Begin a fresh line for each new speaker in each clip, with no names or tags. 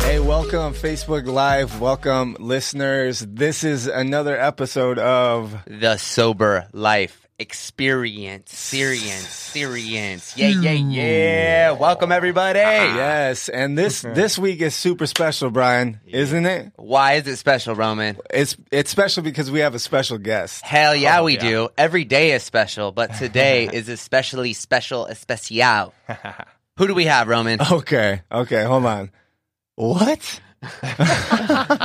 Welcome, Facebook Live. Welcome, listeners. This is another episode of
the sober life experience serience serience yeah yeah yeah welcome everybody
Yes, and this this week is super special, Brian, isn't it?
why is it special roman
It's it's special because we have a special guest.
hell yeah we do every day is special but today is especially special especial who do we have roman
Okay, okay, hold on. What?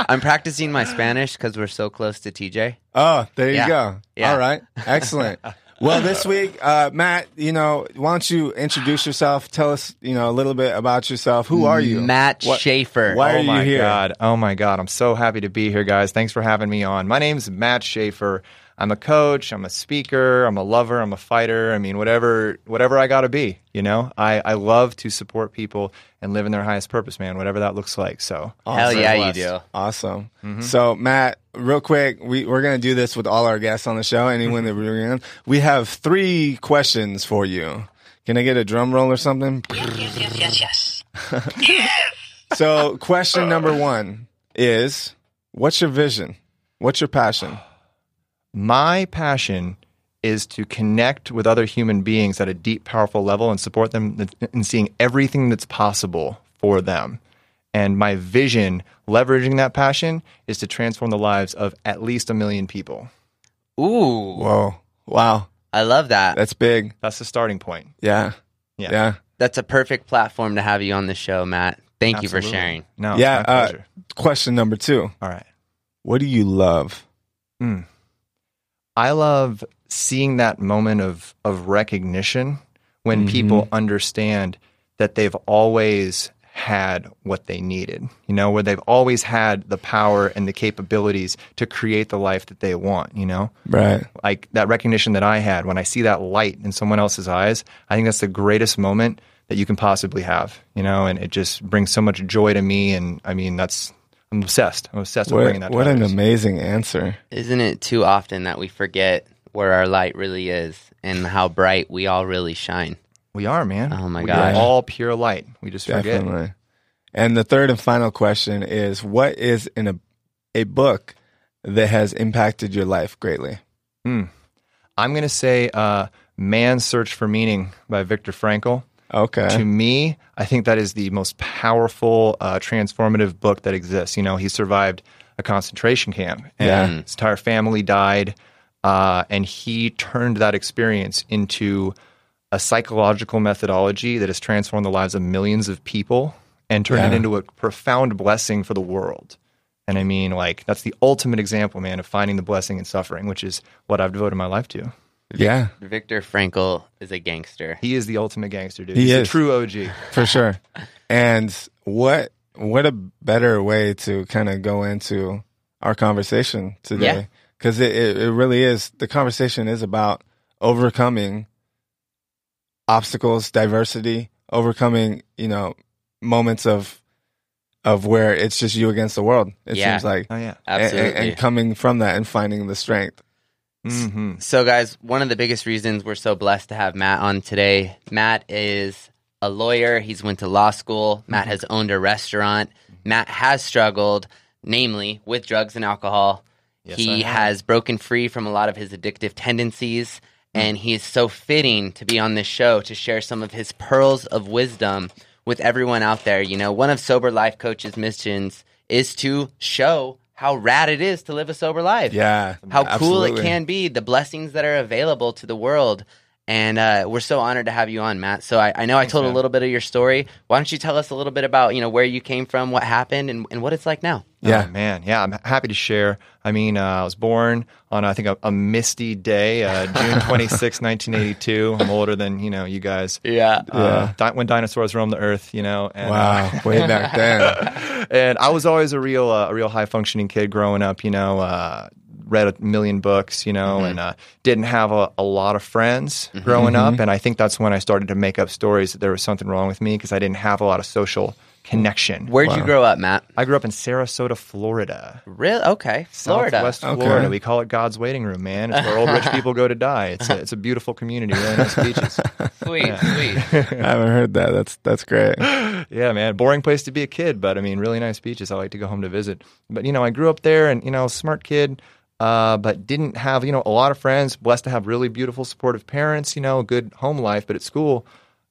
i'm practicing my spanish because we're so close to tj
Oh, there you
Yeah.
go.
Yeah.
All right, excellent. Well, this week, uh, Matt, you know, why don't you introduce yourself? Tell us, you know, a little bit about yourself. Who are you?
matt
What-
schaefer
Why are
oh
you
my
here?
god! Oh my god! I'm so happy to be here, guys. Thanks for having me on. My name's Matt Schaefer. I'm a coach. I'm a speaker. I'm a lover. I'm a fighter. I mean, whatever, whatever I gotta be. You know, I I love to support people and live in their highest purpose, man. Whatever that looks like. So,
hell
Awesome.
yeah
Blessed.
you do
Awesome.
Mm-hmm.
So, Matt, real quick, we, we're going to do this with all our guests on the show, anyone that we're in. We have three questions for you. Can I get a drum roll or something?
yes, yes, yes, yes.
So, question number one is what's your vision? What's your passion?
my passion is to connect with other human beings at a deep, powerful level and support them in seeing everything that's possible for them. And my vision, leveraging that passion, is to transform the lives of at least a million people.
ooh
Whoa. Wow.
i love that
That's big.
That's the starting point.
Yeah.
Yeah.
Yeah.
that's a perfect platform to have you on the show matt thank you for
Absolutely.
sharing
No, it's
Yeah,
my
uh,
pleasure.
Question number two
All right.
What do you love?
Mm. I love seeing that moment of of recognition when
Mhm.
people understand that they've always had what they needed. You know, where they've always had the power and the capabilities to create the life that they want, you know?
Right.
Like that recognition that I had when I see that light in someone else's eyes, I think that's the greatest moment that you can possibly have, you know, and it just brings so much joy to me and I mean that's I'm obsessed. I'm obsessed with bringing that
What,
to
what an
others.
amazing answer.
Isn't it too often that we forget where our light really is and how bright we all really shine?
We are, man.
Oh my
we
gosh.
are all pure light. We just forget.
Definitely. And the third and final question is what is in a a book that has impacted your life greatly?
I'm gonna say, uh, "Man's Search for Meaning" by Viktor Frankl. To
Okay.
me, I think that is the most powerful, uh, transformative book that exists. You know, he survived a concentration camp, and his entire family died, uh, and he turned that experience into a psychological methodology that has transformed the lives of millions of people and turned it
Yeah.
into a profound blessing for the world. And I mean, like, that's the ultimate example, man, of finding the blessing in suffering, which is what I've devoted my life to.
Yeah,
Viktor Frankl is a gangster.
He is the ultimate gangster, dude.
He
He's
is.
a true OG.
for sure. And what what a better way to kind of go into our conversation
Yeah.
today because it, it, it really is the conversation is about overcoming obstacles, diversity, overcoming, you know, moments of of where it's just you against the world. It
Yeah.
seems like
Oh, yeah.
and- and-
Absolutely.
And, coming from that and finding the strength.
hmm
so, guys, one of the biggest reasons we're so blessed to have Matt on today. Matt is a lawyer. He's went to law school. Matt has owned a restaurant. Matt has struggled, namely with drugs and alcohol. he has broken free from a lot of his addictive tendencies, and he is so fitting to be on this show to share some of his pearls of wisdom with everyone out there. You know, one of Sober Life Coach's missions is to show how rad it is to live a sober life
Yeah.
how cool
absolutely.
it can be, the blessings that are available to the world. And uh, we're so honored to have you on, Matt. So I, I know I told a little bit of your story. Why don't you tell us a little bit about you know where you came from, what happened, and, and what it's like now?
Yeah.
Oh, man. Yeah, I'm happy to share. I mean, uh, I was born on I think a, a misty day, uh, June 26, 1982. I'm older than you know you guys.
Yeah,
Uh, di- when dinosaurs roamed the earth, you know. And, uh,
Wow. Way back then.
and I was always a real uh, a real high functioning kid growing up. You know, uh, read a million books. You
Mm-hmm.
know, and uh, didn't have a, a lot of friends
Mm-hmm.
growing up. And I think that's when I started to make up stories that there was something wrong with me because I didn't have a lot of social connection.
Where'd you grow up, Matt?
I grew up in Sarasota, Florida.
Really? Okay, Florida.
Southwest
Okay.
Florida. We call it God's waiting room, man. It's where old rich people go to die. It's a, it's a beautiful community. Really nice beaches.
Sweet, sweet.
I haven't heard that. That's that's great.
Yeah, man. Boring place to be a kid, but I mean, really nice beaches. I like to go home to visit. But you know, I grew up there, and you know, smart kid, uh, but didn't have you know a lot of friends. Blessed to have really beautiful, supportive parents. You know, good home life. But at school,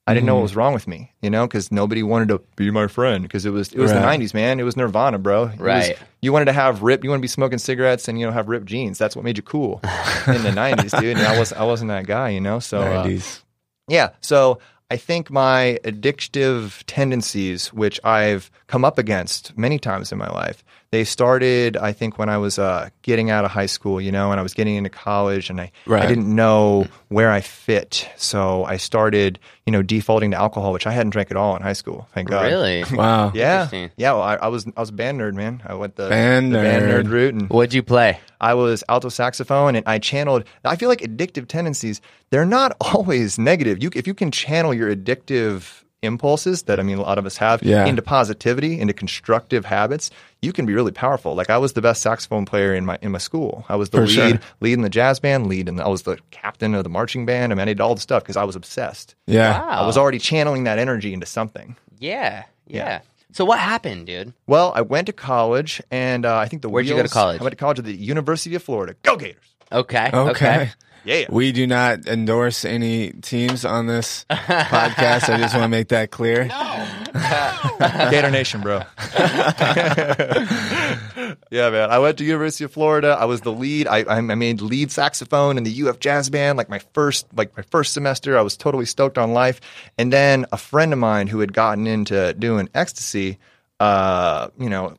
I didn't know what was wrong with me. You know, because nobody wanted to be my friend. Because it was it was
Right.
the '90s, man. It was Nirvana, bro. It was-
Right.
you wanted to have rip. You want to be smoking cigarettes and you know have ripped jeans. That's what made you cool in the '90s, dude. And I was I wasn't that guy. You know, so. uh,
90s.
yeah. So I think my addictive tendencies, which I've come up against many times in my life, they started, I think, when I was uh, getting out of high school, you know, and I was getting into college and I,
Right.
I didn't know where I fit. So I started, you know, defaulting to alcohol, which I hadn't drank at all in high school. Thank God.
really?
Wow.
Yeah.
Interesting.
Yeah. Well, I, I was I was a band nerd, man. I went the
Band
the band
nerd.
nerd route and
What'd you play?
I was alto saxophone and I channeled. I feel like addictive tendencies, they're not always negative. You, if you can channel your addictive impulses that I mean, a lot of us have
Yeah.
into positivity, into constructive habits, you can be really powerful. Like I was the best saxophone player in my, in my school. I was the
For
lead,
sure.
lead in the jazz band, lead. And I was the captain of the marching band. I mean, I did all the stuff cause I was obsessed.
Yeah.
Wow.
I was already channeling that energy into something.
yeah, yeah, So what happened, dude?
Well, I went to college and uh, I think the
Where'd you go to
wheels-
college?
I went to college at the University of Florida. Go Gators.
Okay, okay.
Okay.
Yeah.
We do not endorse any teams on this podcast. I just want to make that clear.
Gator Nation, bro. yeah, man. I went to University of Florida. I was the lead. I, I made lead saxophone in the UF jazz band. Like my first, like my first semester, I was totally stoked on life. And then a friend of mine who had gotten into doing ecstasy, uh, you know,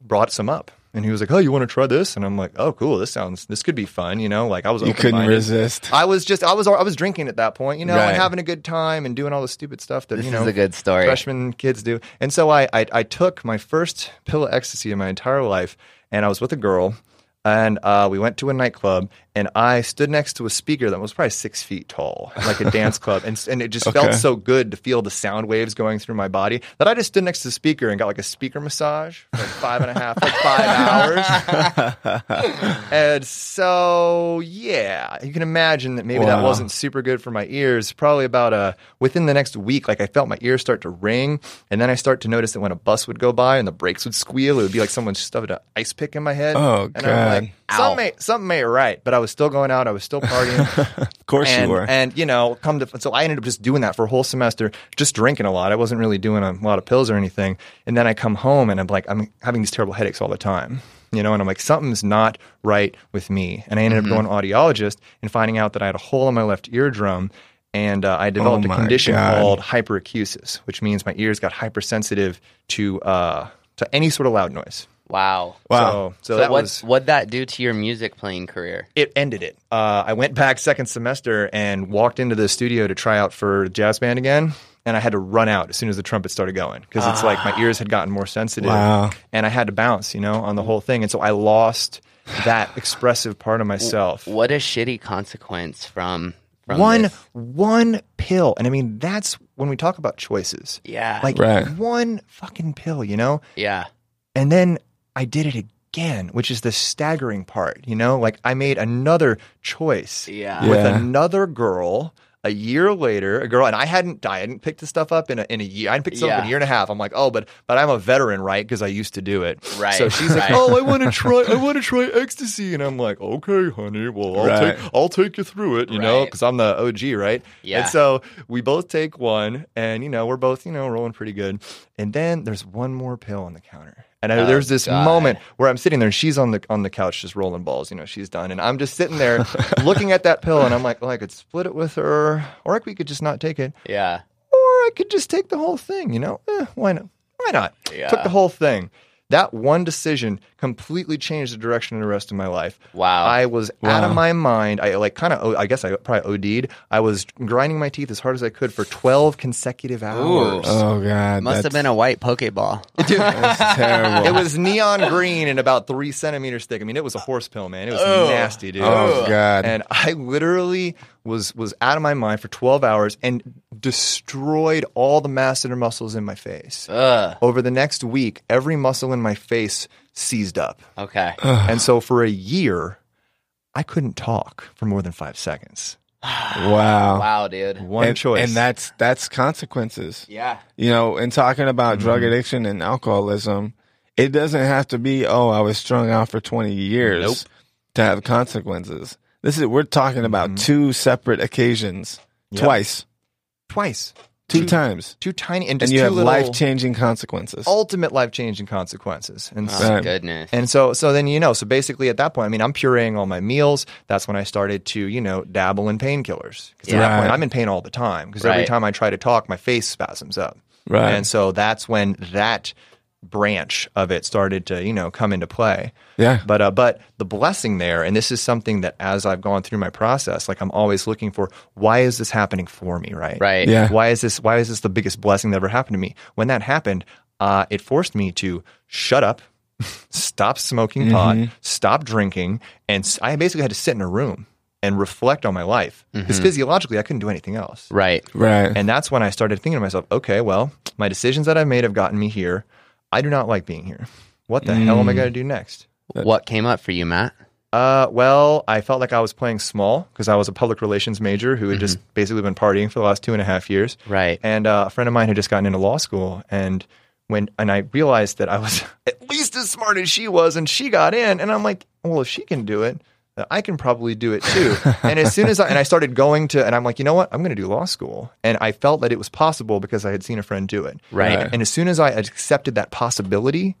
brought some up. And he was like, "Oh, you want to try this?" And I'm like, "Oh, cool. This sounds. This could be fun." You know, like I was.
You couldn't
open-minded.
resist.
I was just. I was. I was drinking at that point. You know,
Right.
and having a good time and doing all the stupid stuff that
This
you know
is a good story.
freshman kids do. And so I, I I took my first pill of ecstasy in my entire life, and I was with a girl, and uh, we went to a nightclub, and I stood next to a speaker that was probably six feet tall, like a dance club, and and it just
Okay.
felt so good to feel the sound waves going through my body that I just stood next to the speaker and got like a speaker massage for like five and a half, like five hours. and so yeah, you can imagine that maybe
Wow.
that wasn't super good for my ears. Probably about uh within the next week, like I felt my ears start to ring, and then I start to notice that when a bus would go by and the brakes would squeal, it would be like someone stuffed an ice pick in my head.
Oh,
and
God.
I'm like,
Ow.
something, may, something ain't right. But I was still going out. I was still partying.
Of course
and,
you were.
and you know, come to so I ended up just doing that for a whole semester, just drinking a lot. I wasn't really doing a lot of pills or anything. And then I come home and I'm like, I'm having these terrible headaches all the time. You know, and I'm like, something's not right with me. And I ended
Mm-hmm.
up going to an audiologist and finding out that I had a hole in my left eardrum. And uh, I developed
Oh my
a condition
God.
called hyperacusis, which means my ears got hypersensitive to uh, to any sort of loud noise.
Wow.
wow.
So, so
So,
that
what
was
what'd that do to your music playing career?
it ended it. Uh, I went back second semester and walked into the studio to try out for jazz band again. And I had to run out as soon as the trumpet started going because it's like my ears had gotten more sensitive.
Wow.
And I had to bounce, you know, on the whole thing. And so I lost that expressive part of myself.
What a shitty consequence from from
One
this.
one pill. And I mean, that's when we talk about choices.
Yeah.
Like
Right.
one fucking pill, you know?
yeah.
And then I did it again, which is the staggering part, you know? Like I made another choice
Yeah.
Yeah.
with another girl a year later, a girl, and I hadn't, I hadn't picked this stuff up in a, in a year. I hadn't picked this up in
Yeah.
a year and a half. I'm like, oh, but but I'm a veteran, right? Because I used to do it.
Right,
So she's like,
right.
oh, I want to try, I want to try ecstasy, and I'm like, okay, honey, well, I'll
Right.
take, I'll take you through it, you know,
Right.
because I'm the OG, right?
Yeah.
And so we both take one, and you know, we're both, you know, rolling pretty good. And then there's one more pill on the counter. And I,
Oh,
there's this
God.
moment where I'm sitting there and she's on the on the couch just rolling balls, you know, she's done. And I'm just sitting there looking at that pill and I'm like, well, I could split it with her, or like we could just not take it,
Yeah.
or I could just take the whole thing, you know? Eh, why not? Why not?
Yeah.
Took the whole thing. That one decision completely changed the direction of the rest of my life.
Wow.
I was out of my mind. I like kind of, I guess I probably OD'd. I was grinding my teeth as hard as I could for 12 consecutive hours.
Oh god.
Must have been a white pokeball.
that's terrible.
It was neon green and about three centimeters thick. I mean, it was a horse pill, man. It was nasty, dude.
Oh, God.
And I literally was was out of my mind for 12 hours and destroyed all the masseter muscles in my face.
Ugh.
Over the next week, every muscle in my face seized up.
Okay.
And so for a year, I couldn't talk for more than 5 seconds.
Wow.
Wow, dude.
One
and,
choice.
and that's that's consequences.
Yeah.
You know, in talking about
Mm-hmm.
drug addiction and alcoholism, it doesn't have to be oh I was strung out for twenty years
Nope.
to have consequences. This is we're talking about
Mhm.
two separate occasions,
Yep.
twice,
twice.
two,
Two-
times,
Too tiny
and
and just
you
two
have
little- Oh,
life changing consequences.
ultimate life-changing consequences. And so
Oh,
Right.
goodness.
And so, so then you know. So basically, at that point, I mean, I'm pureeing all my meals. That's when I started to, you know, dabble in painkillers. Because at
Right.
that point, I'm in pain all the time. Because every
Right.
time I try to talk, my face spasms up.
Right.
And so that's when that branch of it started to, you know, come into play.
yeah.
But uh, but the blessing there, and this is something that as I've gone through my process, like I'm always looking for, why is this happening for me, right?
right.
Yeah.
Why is this? Why is this the biggest blessing that ever happened to me? When that happened, uh, it forced me to shut up, stop smoking pot, stop drinking, and s- I basically had to sit in a room and reflect on my life because physiologically I couldn't do anything else.
Right.
Right.
And that's when I started thinking to myself, okay, well, my decisions that I've made have gotten me here. I do not like being here. What the hell am I going to do next?
What came up for you, Matt?
Uh, well, I felt like I was playing small because I was a public relations major who had just basically been partying for the last two and a half years.
Right.
And uh, a friend of mine had just gotten into law school, and when and I realized that I was at least as smart as she was, and she got in, and I'm like, well, if she can do it, uh, I can probably do it too. and as soon as I and I started going to, and I'm like, you know what, I'm going to do law school, and I felt that it was possible because I had seen a friend do it. Uh,
Right.
And, as soon as I accepted that possibility.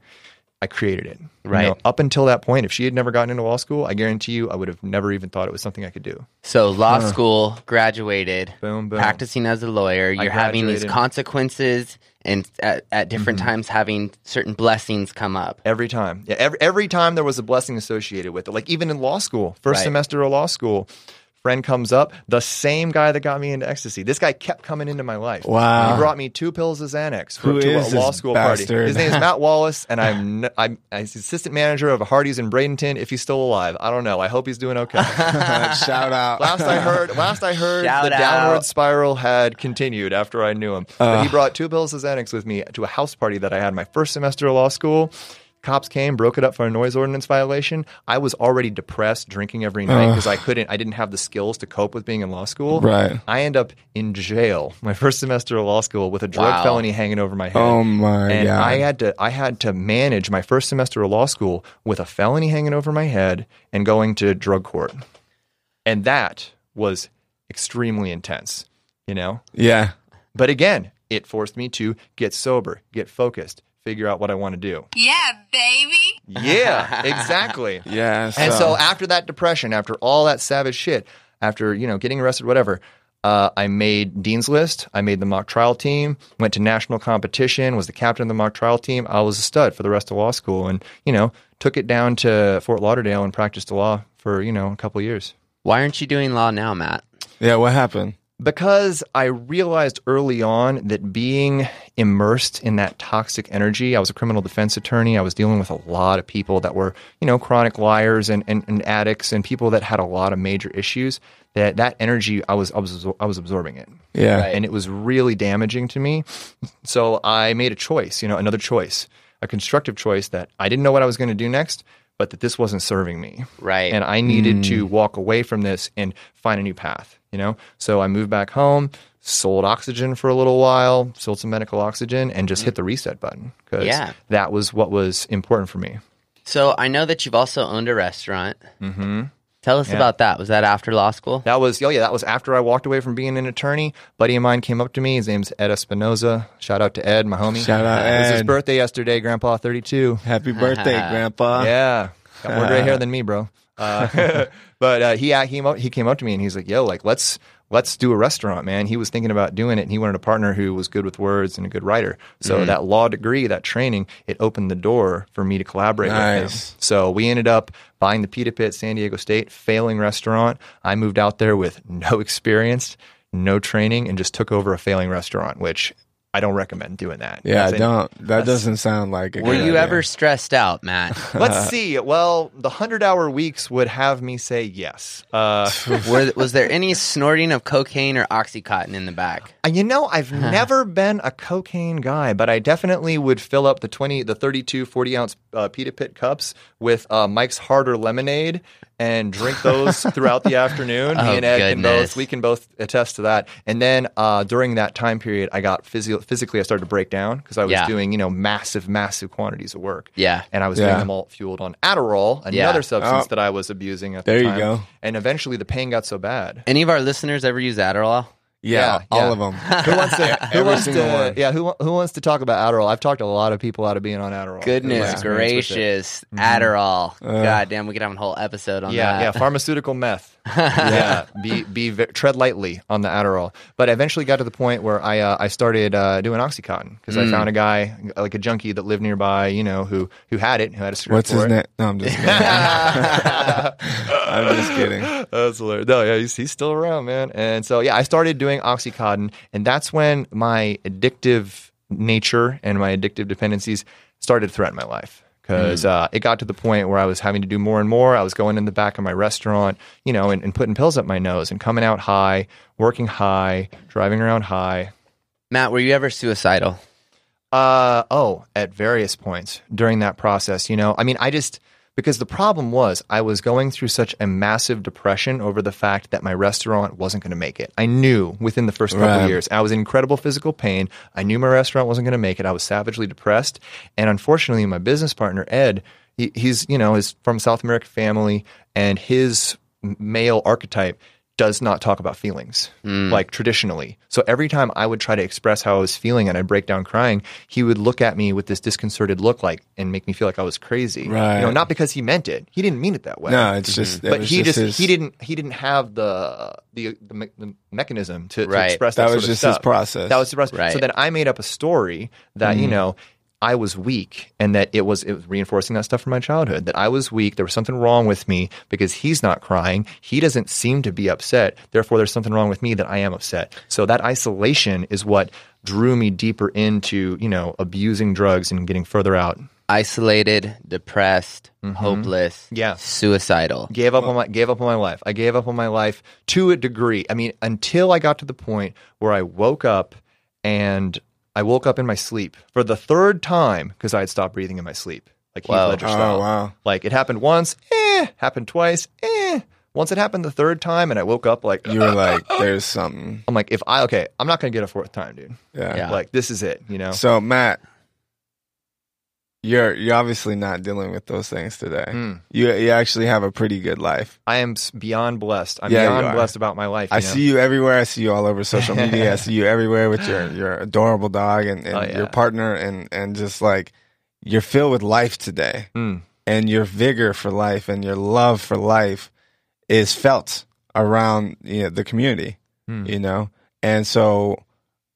I created it. You
Right.
know, up until that point, if she had never gotten into law school, I guarantee you I would have never even thought it was something I could do.
So law school, graduated,
Boom, boom.
practicing as a lawyer. You're having these
graduated. Mm-hmm.
consequences, and at, at different times having certain blessings come up.
Every time. Yeah, every, every time there was a blessing associated with it. Like even in law school, first
Right.
semester of law school, friend comes up, the same guy that got me into ecstasy. This guy kept coming into my life.
Wow.
He brought me two pills of Xanax for,
Who
to
is
a law
this
school
bastard?
party. His name is Matt Wallace, and I'm, n- I'm, I'm assistant manager of a Hardee's in Bradenton. If he's still alive, I don't know. I hope he's doing okay.
Shout out.
Last I heard, last I heard,
Shout
the
out.
downward spiral had continued after I knew him. but he
Uh.
brought two pills of Xanax with me to a house party that I had my first semester of law school. Cops came, broke it up for a noise ordinance violation. I was already depressed, drinking every night
Uh.
because I couldn't, I didn't have the skills to cope with being in law school.
Right.
I end up in jail my first semester of law school with a drug
Wow.
felony hanging over my head.
Oh my
and
god.
I had to I had to manage my first semester of law school with a felony hanging over my head and going to drug court. And that was extremely intense, you know?
yeah.
But again, it forced me to get sober, get focused, figure out what I want to do.
Yeah, baby.
Yeah, exactly.
Yeah. So,
And so after that depression, after all that savage shit, after you know getting arrested, whatever, uh, I made dean's list. I made the mock trial team. Went to national competition. Was the captain of the mock trial team. I was a stud for the rest of law school, and you know took it down to Fort Lauderdale and practiced the law for you know a couple years.
Why aren't you doing law now, Matt?
yeah, what happened?
Because I realized early on that being immersed in that toxic energy, I was a criminal defense attorney. I was dealing with a lot of people that were, you know, chronic liars and, and, and addicts and people that had a lot of major issues. That that energy, I was I was I was absorbing it,
Yeah.
and it was really damaging to me. So I made a choice, you know, another choice, a constructive choice that I didn't know what I was going to do next, but that this wasn't serving me
Right.
and I needed
Mm.
to walk away from this and find a new path, you know? So I moved back home, sold oxygen for a little while, sold some medical oxygen, and just hit the reset button because
Yeah.
that was what was important for me.
so I know that you've also owned a restaurant. Mm-hmm. Tell us about that. Was that after law school?
That was, oh yeah, that was after I walked away from being an attorney. buddy of mine came up to me. His name's Ed Espinoza. Shout out to Ed, my homie.
Shout out,
It was his
Ed.
birthday yesterday, Grandpa 32.
Happy birthday, Grandpa.
Yeah, got more gray hair than me, bro. Uh, but uh, he uh, he came up- he came up to me and he's like, "Yo, like let's let's do a restaurant, man." He was thinking about doing it, and he wanted a partner who was good with words and a good writer. So
Mm-hmm.
that law degree, that training, it opened the door for me to collaborate with
Nice.
him. So we ended up buying the Pita Pit, San Diego State, failing restaurant. I moved out there with no experience, no training, and just took over a failing restaurant, which I don't recommend doing that.
Yeah,
As in,
don't. That doesn't sound like a
Were
good
you
idea.
ever stressed out, Matt?
Let's see. Well, the hundred hour weeks would have me say yes. Uh,
Were, was there any snorting of cocaine or oxycontin in the back?
you know, I've never been a cocaine guy, but I definitely would fill up the 20, the 32, 40 ounce uh, pita pit cups with uh, Mike's Harder lemonade and drink those throughout the afternoon.
Oh,
Me and Ed can
goodness.
both, we can both attest to that. And then uh, during that time period, I got physio- physically, I started to break down because I was
Yeah.
doing, you know, massive, massive quantities of work.
Yeah.
and I was
Yeah.
doing them all fueled on Adderall, another
Yeah.
substance
Oh.
that I was abusing at
There
the
you
time.
go.
And eventually, the pain got so bad.
Any of our listeners ever use Adderall?
Yeah,
Yeah,
all
yeah.
of them.
Who wants to? who
Every
wants
single
to-
one.
Yeah, who who wants to talk about Adderall? I've talked to a lot of people out of being on Adderall.
Goodness
Yeah.
gracious, Adderall! God damn, we could have a whole episode on
Yeah,
that.
yeah, pharmaceutical meth. yeah, be be ve- tread lightly on the Adderall. But I eventually got to the point where I uh, I started uh, doing OxyContin because
Mm.
I found a guy like a junkie that lived nearby, you know, who who had it, who had a script
What's
for
his
it.
name? No, I'm just kidding. I'm just kidding.
That's hilarious. No, yeah, he's, he's still around, man. And so, yeah, I started doing Oxycontin, and that's when my addictive nature and my addictive dependencies started to threaten my life because uh, it got to the point where I was having to do more and more. I was going in the back of my restaurant, you know, and, and putting pills up my nose and coming out high, working high, driving around high.
Matt, were you ever suicidal?
Uh oh, at various points during that process, you know. I mean, I just because the problem was I was going through such a massive depression over the fact that my restaurant wasn't going to make it. I knew within the first couple
Right.
years I was in incredible physical pain. I knew my restaurant wasn't going to make it. I was savagely depressed, and unfortunately, my business partner Ed, he, he's you know is from South American family, and his male archetype does not talk about feelings
Hmm.
like traditionally. So every time I would try to express how I was feeling and I'd break down crying, he would look at me with this disconcerted look like and make me feel like I was crazy.
Right.
You know, not because he meant it. He didn't mean it that way.
No, it's just. it
Mm-hmm. But
was
he just,
his-
he didn't he didn't have the the the, me- the mechanism to, to
Right.
express that,
That was
sort of
just his
stuff.
process. Mm.
That was the process.
Right.
So then I made up a story that you know I was weak and that it was it was reinforcing that stuff from my childhood that I was weak. There was something wrong with me because he's not crying. He doesn't seem to be upset. Therefore, there's something wrong with me that I am upset. So that isolation is what drew me deeper into you know abusing drugs and getting further out.
Isolated, depressed, hopeless,
Yeah.
suicidal.
gave up on my gave up on my life. I gave up on my life to a degree. I mean, until I got to the point where I woke up and I woke up in my sleep for the third time because I had stopped breathing in my sleep, like Heath
Wow.
Ledger style.
Oh wow!
Like it happened once, eh, happened twice, eh. Once it happened the third time, and I woke up like uh,
You were like, "There's something."
I'm like, if I okay, I'm not gonna get a fourth time, dude.
Yeah.
Yeah.
Like this is it, you know.
So Matt, you're you're obviously not dealing with those things today.
Mm.
You you actually have a pretty good life.
I am s- beyond blessed. I'm
Yeah, you
beyond
are.
blessed about my life.
I
you know?
see you everywhere. I see you all over social media. I see you everywhere with your, your adorable dog and, and
Oh, yeah.
your partner and, and just like you're filled with life today
Mm.
and your vigor for life and your love for life is felt around you know, the community,
Hmm.
you know? And so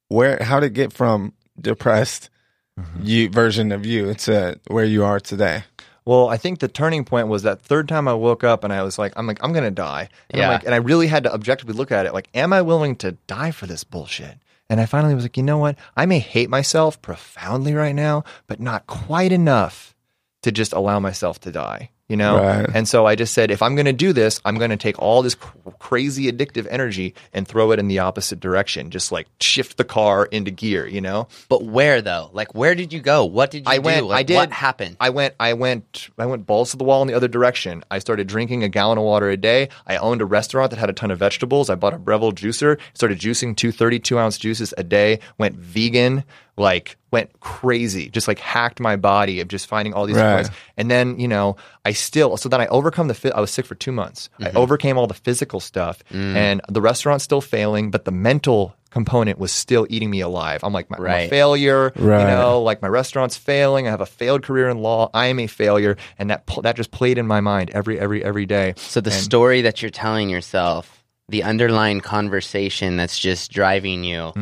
where, how did it get from depressed
Mm-hmm.
you version of you to where you are today?
Well, I think the turning point was that third time I woke up and I was like, I'm like, I'm gonna die. And
Yeah.
I'm like, and I really had to objectively look at it, like, am I willing to die for this bullshit? And I finally was like, you know what? I may hate myself profoundly right now, but not quite enough to just allow myself to die. You know?
Right.
And so I just said, if I'm going to do this, I'm going to take all this cr- crazy addictive energy and throw it in the opposite direction, just like shift the car into gear, you know?
But where though? Like, where did you go? What did you
I
do?
went.
Like,
I did.
What happened?
I went. I went. I went balls to the wall in the other direction. I started drinking a gallon of water a day. I owned a restaurant that had a ton of vegetables. I bought a Breville juicer. Started juicing two 32 ounce juices a day. Went vegan. Like went crazy. Just like hacked my body of just finding all these
Right.
points. And then you know I still. So then I overcome the. phy- I was sick for two months.
Mm-hmm.
I overcame all the physical stuff,
Mm.
and the restaurant's still failing, but the mental component was still eating me alive. I'm like my, my
Right.
failure.
Right.
You know, know, like my restaurant's failing. I have a failed career in law. I am a failure, and that pl- that just played in my mind every every every day.
so the story that you're telling yourself, the underlying conversation that's just driving you.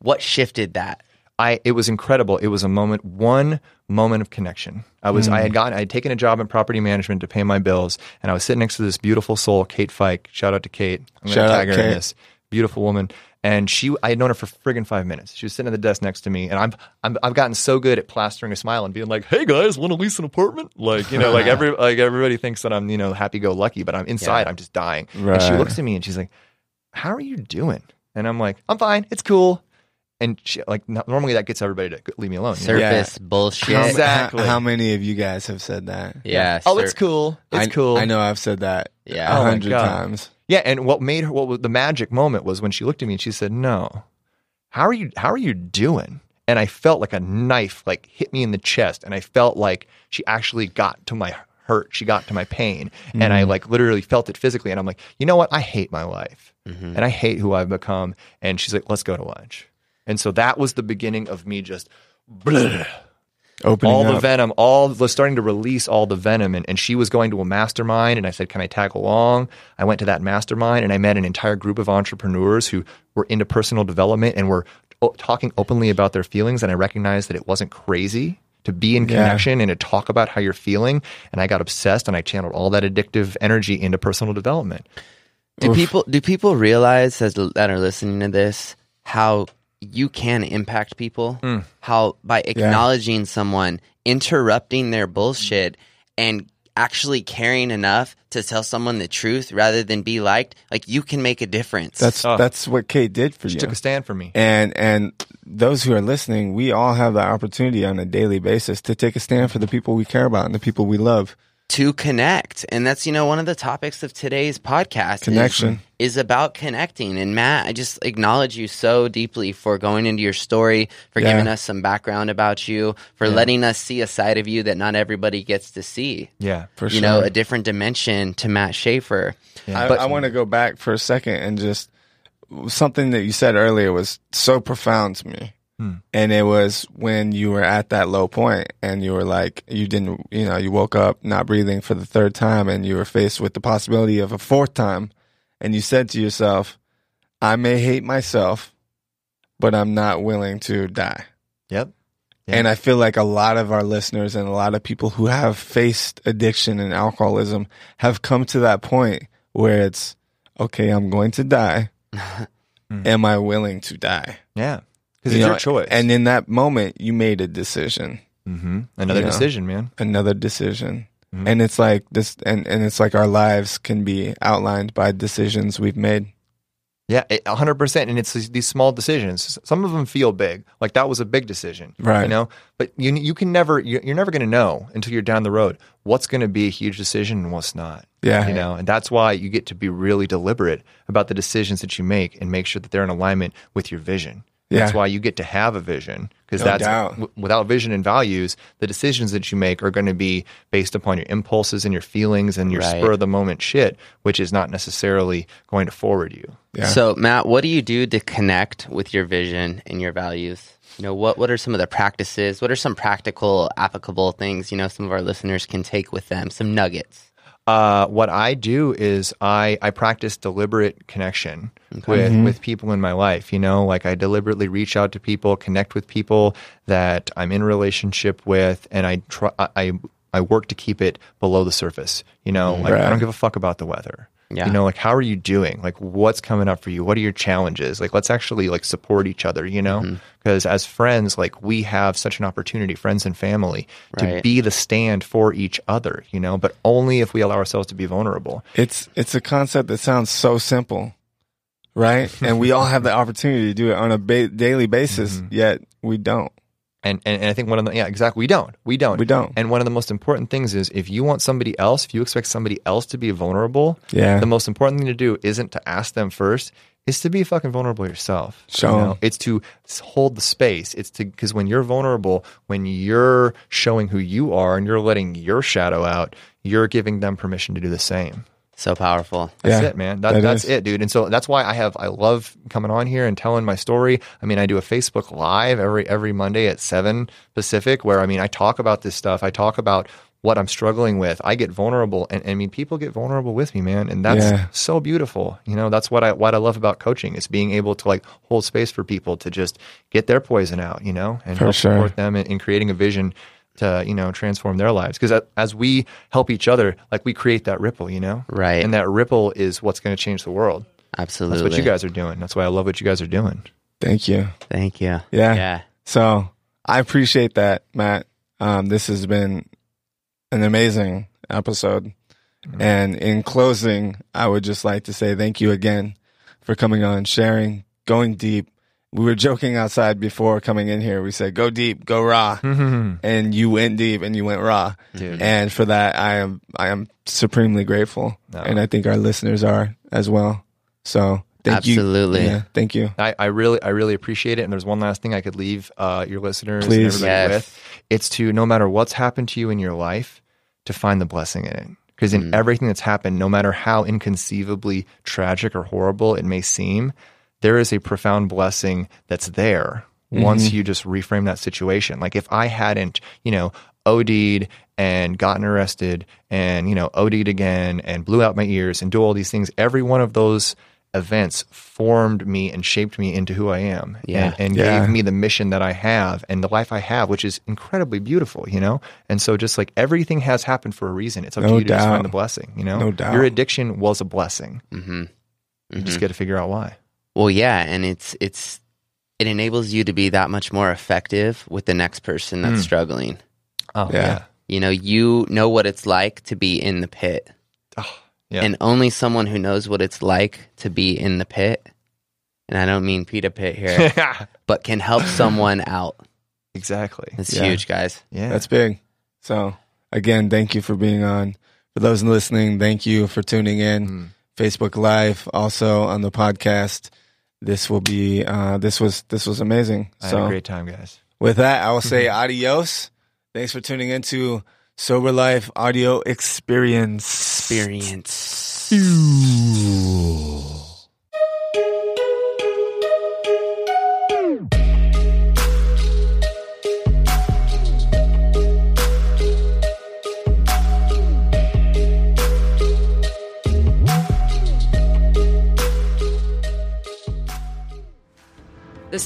What shifted that?
I it was incredible. It was a moment, one moment of connection. I was I had gotten I had taken a job in property management to pay my bills, and I was sitting next to this beautiful soul, Kate Fike. Shout out to Kate. I'm gonna
Shout out,
tag her in
Kate.
this. Beautiful woman. And she, I had known her for friggin' five minutes. She was sitting at the desk next to me, and I'm, I'm I've gotten so good at plastering a smile and being like, "Hey guys, want to lease an apartment?" Like you know, like every like everybody thinks that I'm you know happy go lucky, but I'm inside, I'm just dying. And she
Right.
looks at me and she's like, "How are you doing?" And I'm like, "I'm fine. It's cool." And she, like no- normally that gets everybody to leave me alone. you know?
Surface bullshit.
How,
Exactly.
how, how many of you guys have said that?
yeah.
Oh,
sur-
it's cool. It's
I,
cool.
I know I've said that
Yeah.
a
Oh my
hundred
God.
times.
Yeah, and what made her what was the magic moment was when she looked at me and she said, "No, how are you? How are you doing?" And I felt like a knife like hit me in the chest, and I felt like she actually got to my hurt. She got to my pain, and
Mm.
I like literally felt it physically. And I'm like, you know what? I hate my life,
Mm-hmm.
and I hate who I've become. And she's like, "Let's go to lunch." And so that was the beginning of me just. bleh,
Opening
all
up.
the venom, all was starting to release all the venom, and, and she was going to a mastermind, and I said, "Can I tag along?" I went to that mastermind, and I met an entire group of entrepreneurs who were into personal development and were o- talking openly about their feelings, and I recognized that it wasn't crazy to be in connection and to talk about how you're feeling, and I got obsessed, and I channeled all that addictive energy into personal development.
Do people do people realize as, that are listening to this how you can impact people? How by acknowledging someone, interrupting their bullshit, and actually caring enough to tell someone the truth rather than be liked, like you can make a difference.
that's
Oh.
that's what Kate did for
She
you.
took a stand for me.
and and those who are listening, we all have the opportunity on a daily basis to take a stand for the people we care about and the people we love.
to connect and that's you know one of the topics of today's podcast is-
Connection.
is, about connecting and matt i just acknowledge you so deeply for going into your story for
Yeah.
giving us some background about you for letting us see a side of you that not everybody gets to see
Yeah,
For
you
sure.
know a different dimension to matt schaefer
I, I want to go back for a second and just something that you said earlier was so profound to me.
Hmm.
And it was when you were at that low point and you were like, you didn't, you know, you woke up not breathing for the third time and you were faced with the possibility of a fourth time. And you said to yourself, I may hate myself, but I'm not willing to die.
yep. Yeah.
And I feel like a lot of our listeners and a lot of people who have faced addiction and alcoholism have come to that point where it's okay, I'm going to die.
Mm.
Am I willing to die?
Yeah, because
You
it's
know,
your choice.
And in that moment, you made a decision,
Mhm. another
Yeah.
decision, man.
another decision.
Mhm.
And it's like this, and, and it's like our lives can be outlined by decisions we've made.
Yeah, it- a hundred percent. And it's these these small decisions. Some of them feel big, like that was a big decision,
Right.
You know, but you you can never you- you're never going to know until you're down the road what's going to be a huge decision and what's not.
Yeah.
You know, and that's why you get to be really deliberate about the decisions that you make and make sure that they're in alignment with your vision. That's
Yeah.
why you get to have a vision because
No
that's
doubt.
w- without vision and values, the decisions that you make are going to be based upon your impulses and your feelings and your
Right.
spur of the moment shit, which is not necessarily going to forward you.
Yeah.
so matt what do you do to connect with your vision and your values you know what, what are some of the practices what are some practical applicable things you know some of our listeners can take with them some nuggets
Uh, what I do is I, I practice deliberate connection with, with people in my life. You know, like I deliberately reach out to people, connect with people that I'm in relationship with, and I try I- I I work to keep it below the surface. You know, like I
Right.
don't give a fuck about the weather.
Yeah.
You know, like how are you doing? Like what's coming up for you? What are your challenges? Like let's actually like support each other. You
Mm-hmm.
know, because as friends, like we have such an opportunity, friends and family, to
Right.
be the stand for each other, you know, but only if we allow ourselves to be vulnerable.
It's it's a concept that sounds so simple, right? and we all have the opportunity to do it on a ba- daily basis, yet we don't.
And, and, and I think one of the, yeah, exactly. We don't, we don't,
We don't.
And one of the most important things is if you want somebody else, if you expect somebody else to be vulnerable,
Yeah.
the most important thing to do isn't to ask them first, it's to be fucking vulnerable yourself.
Show 'em.
It's to s- hold the space. It's to, because when you're vulnerable, when you're showing who you are and you're letting your shadow out, you're giving them permission to do the same.
So powerful.
That's
Yeah,
it, man. That,
that
that's
is.
it, dude. And so that's why I have I love coming on here and telling my story. I mean, I do a Facebook live every every Monday at seven Pacific, where I mean I talk about this stuff. I talk about what I'm struggling with. I get vulnerable, and, and I mean people get vulnerable with me, man. And that's
Yeah.
so beautiful. You know, that's what I what I love about coaching is being able to like hold space for people to just get their poison out. You know, and
For
help
sure.
support them in, in creating a vision to you know transform their lives because as we help each other like we create that ripple you know
Right.
and that ripple is what's going to change the world
Absolutely.
That's what you guys are doing. That's why I love what you guys are doing.
Thank you.
Thank you.
Yeah.
Yeah.
So I appreciate that, Matt. Um, this has been an amazing episode. And in closing, I would just like to say thank you again for coming on, sharing, going deep. We were joking outside before coming in here. We said, go deep, go raw. And you went deep and you went raw.
Dude.
And for that, I am, I am supremely grateful.
No.
And I think our listeners are as well. So thank
Absolutely.
you. Yeah, thank you.
I, I really, I really appreciate it. And there's one last thing I could leave uh, your listeners and
Please.
everybody
Yes.
with. It's to no matter what's happened to you in your life, to find the blessing in it. Because in everything that's happened, no matter how inconceivably tragic or horrible it may seem, there is a profound blessing that's there once you just reframe that situation. Like if I hadn't, you know, OD'd and gotten arrested and, you know, OD'd again and blew out my ears and do all these things, every one of those events formed me and shaped me into who I am
Yeah.
and, and
Yeah.
gave me the mission that I have and the life I have, which is incredibly beautiful, you know? And so just like everything has happened for a reason. It's up
No
to you to just
doubt.
find the blessing, you know?
No doubt.
Your addiction was a blessing.
Mm-hmm.
You just get to figure out why.
Well, yeah, and it's it's it enables you to be that much more effective with the next person that's
Mm.
struggling.
Oh
Yeah.
You know, you know what it's like to be in the pit.
Oh, yeah.
And only someone who knows what it's like to be in the pit, and I don't mean Peta Pit here, but can help someone out.
exactly.
It's
Yeah.
huge, guys.
Yeah.
That's big. So again, thank you for being on. For those listening, thank you for tuning in.
Mm.
Facebook Live, also on the podcast. This will be uh, this was this was amazing.
I had a
so
great time, guys.
with that, I will say adios. Thanks for tuning into Sober Life Audio Experience.
Experience.
The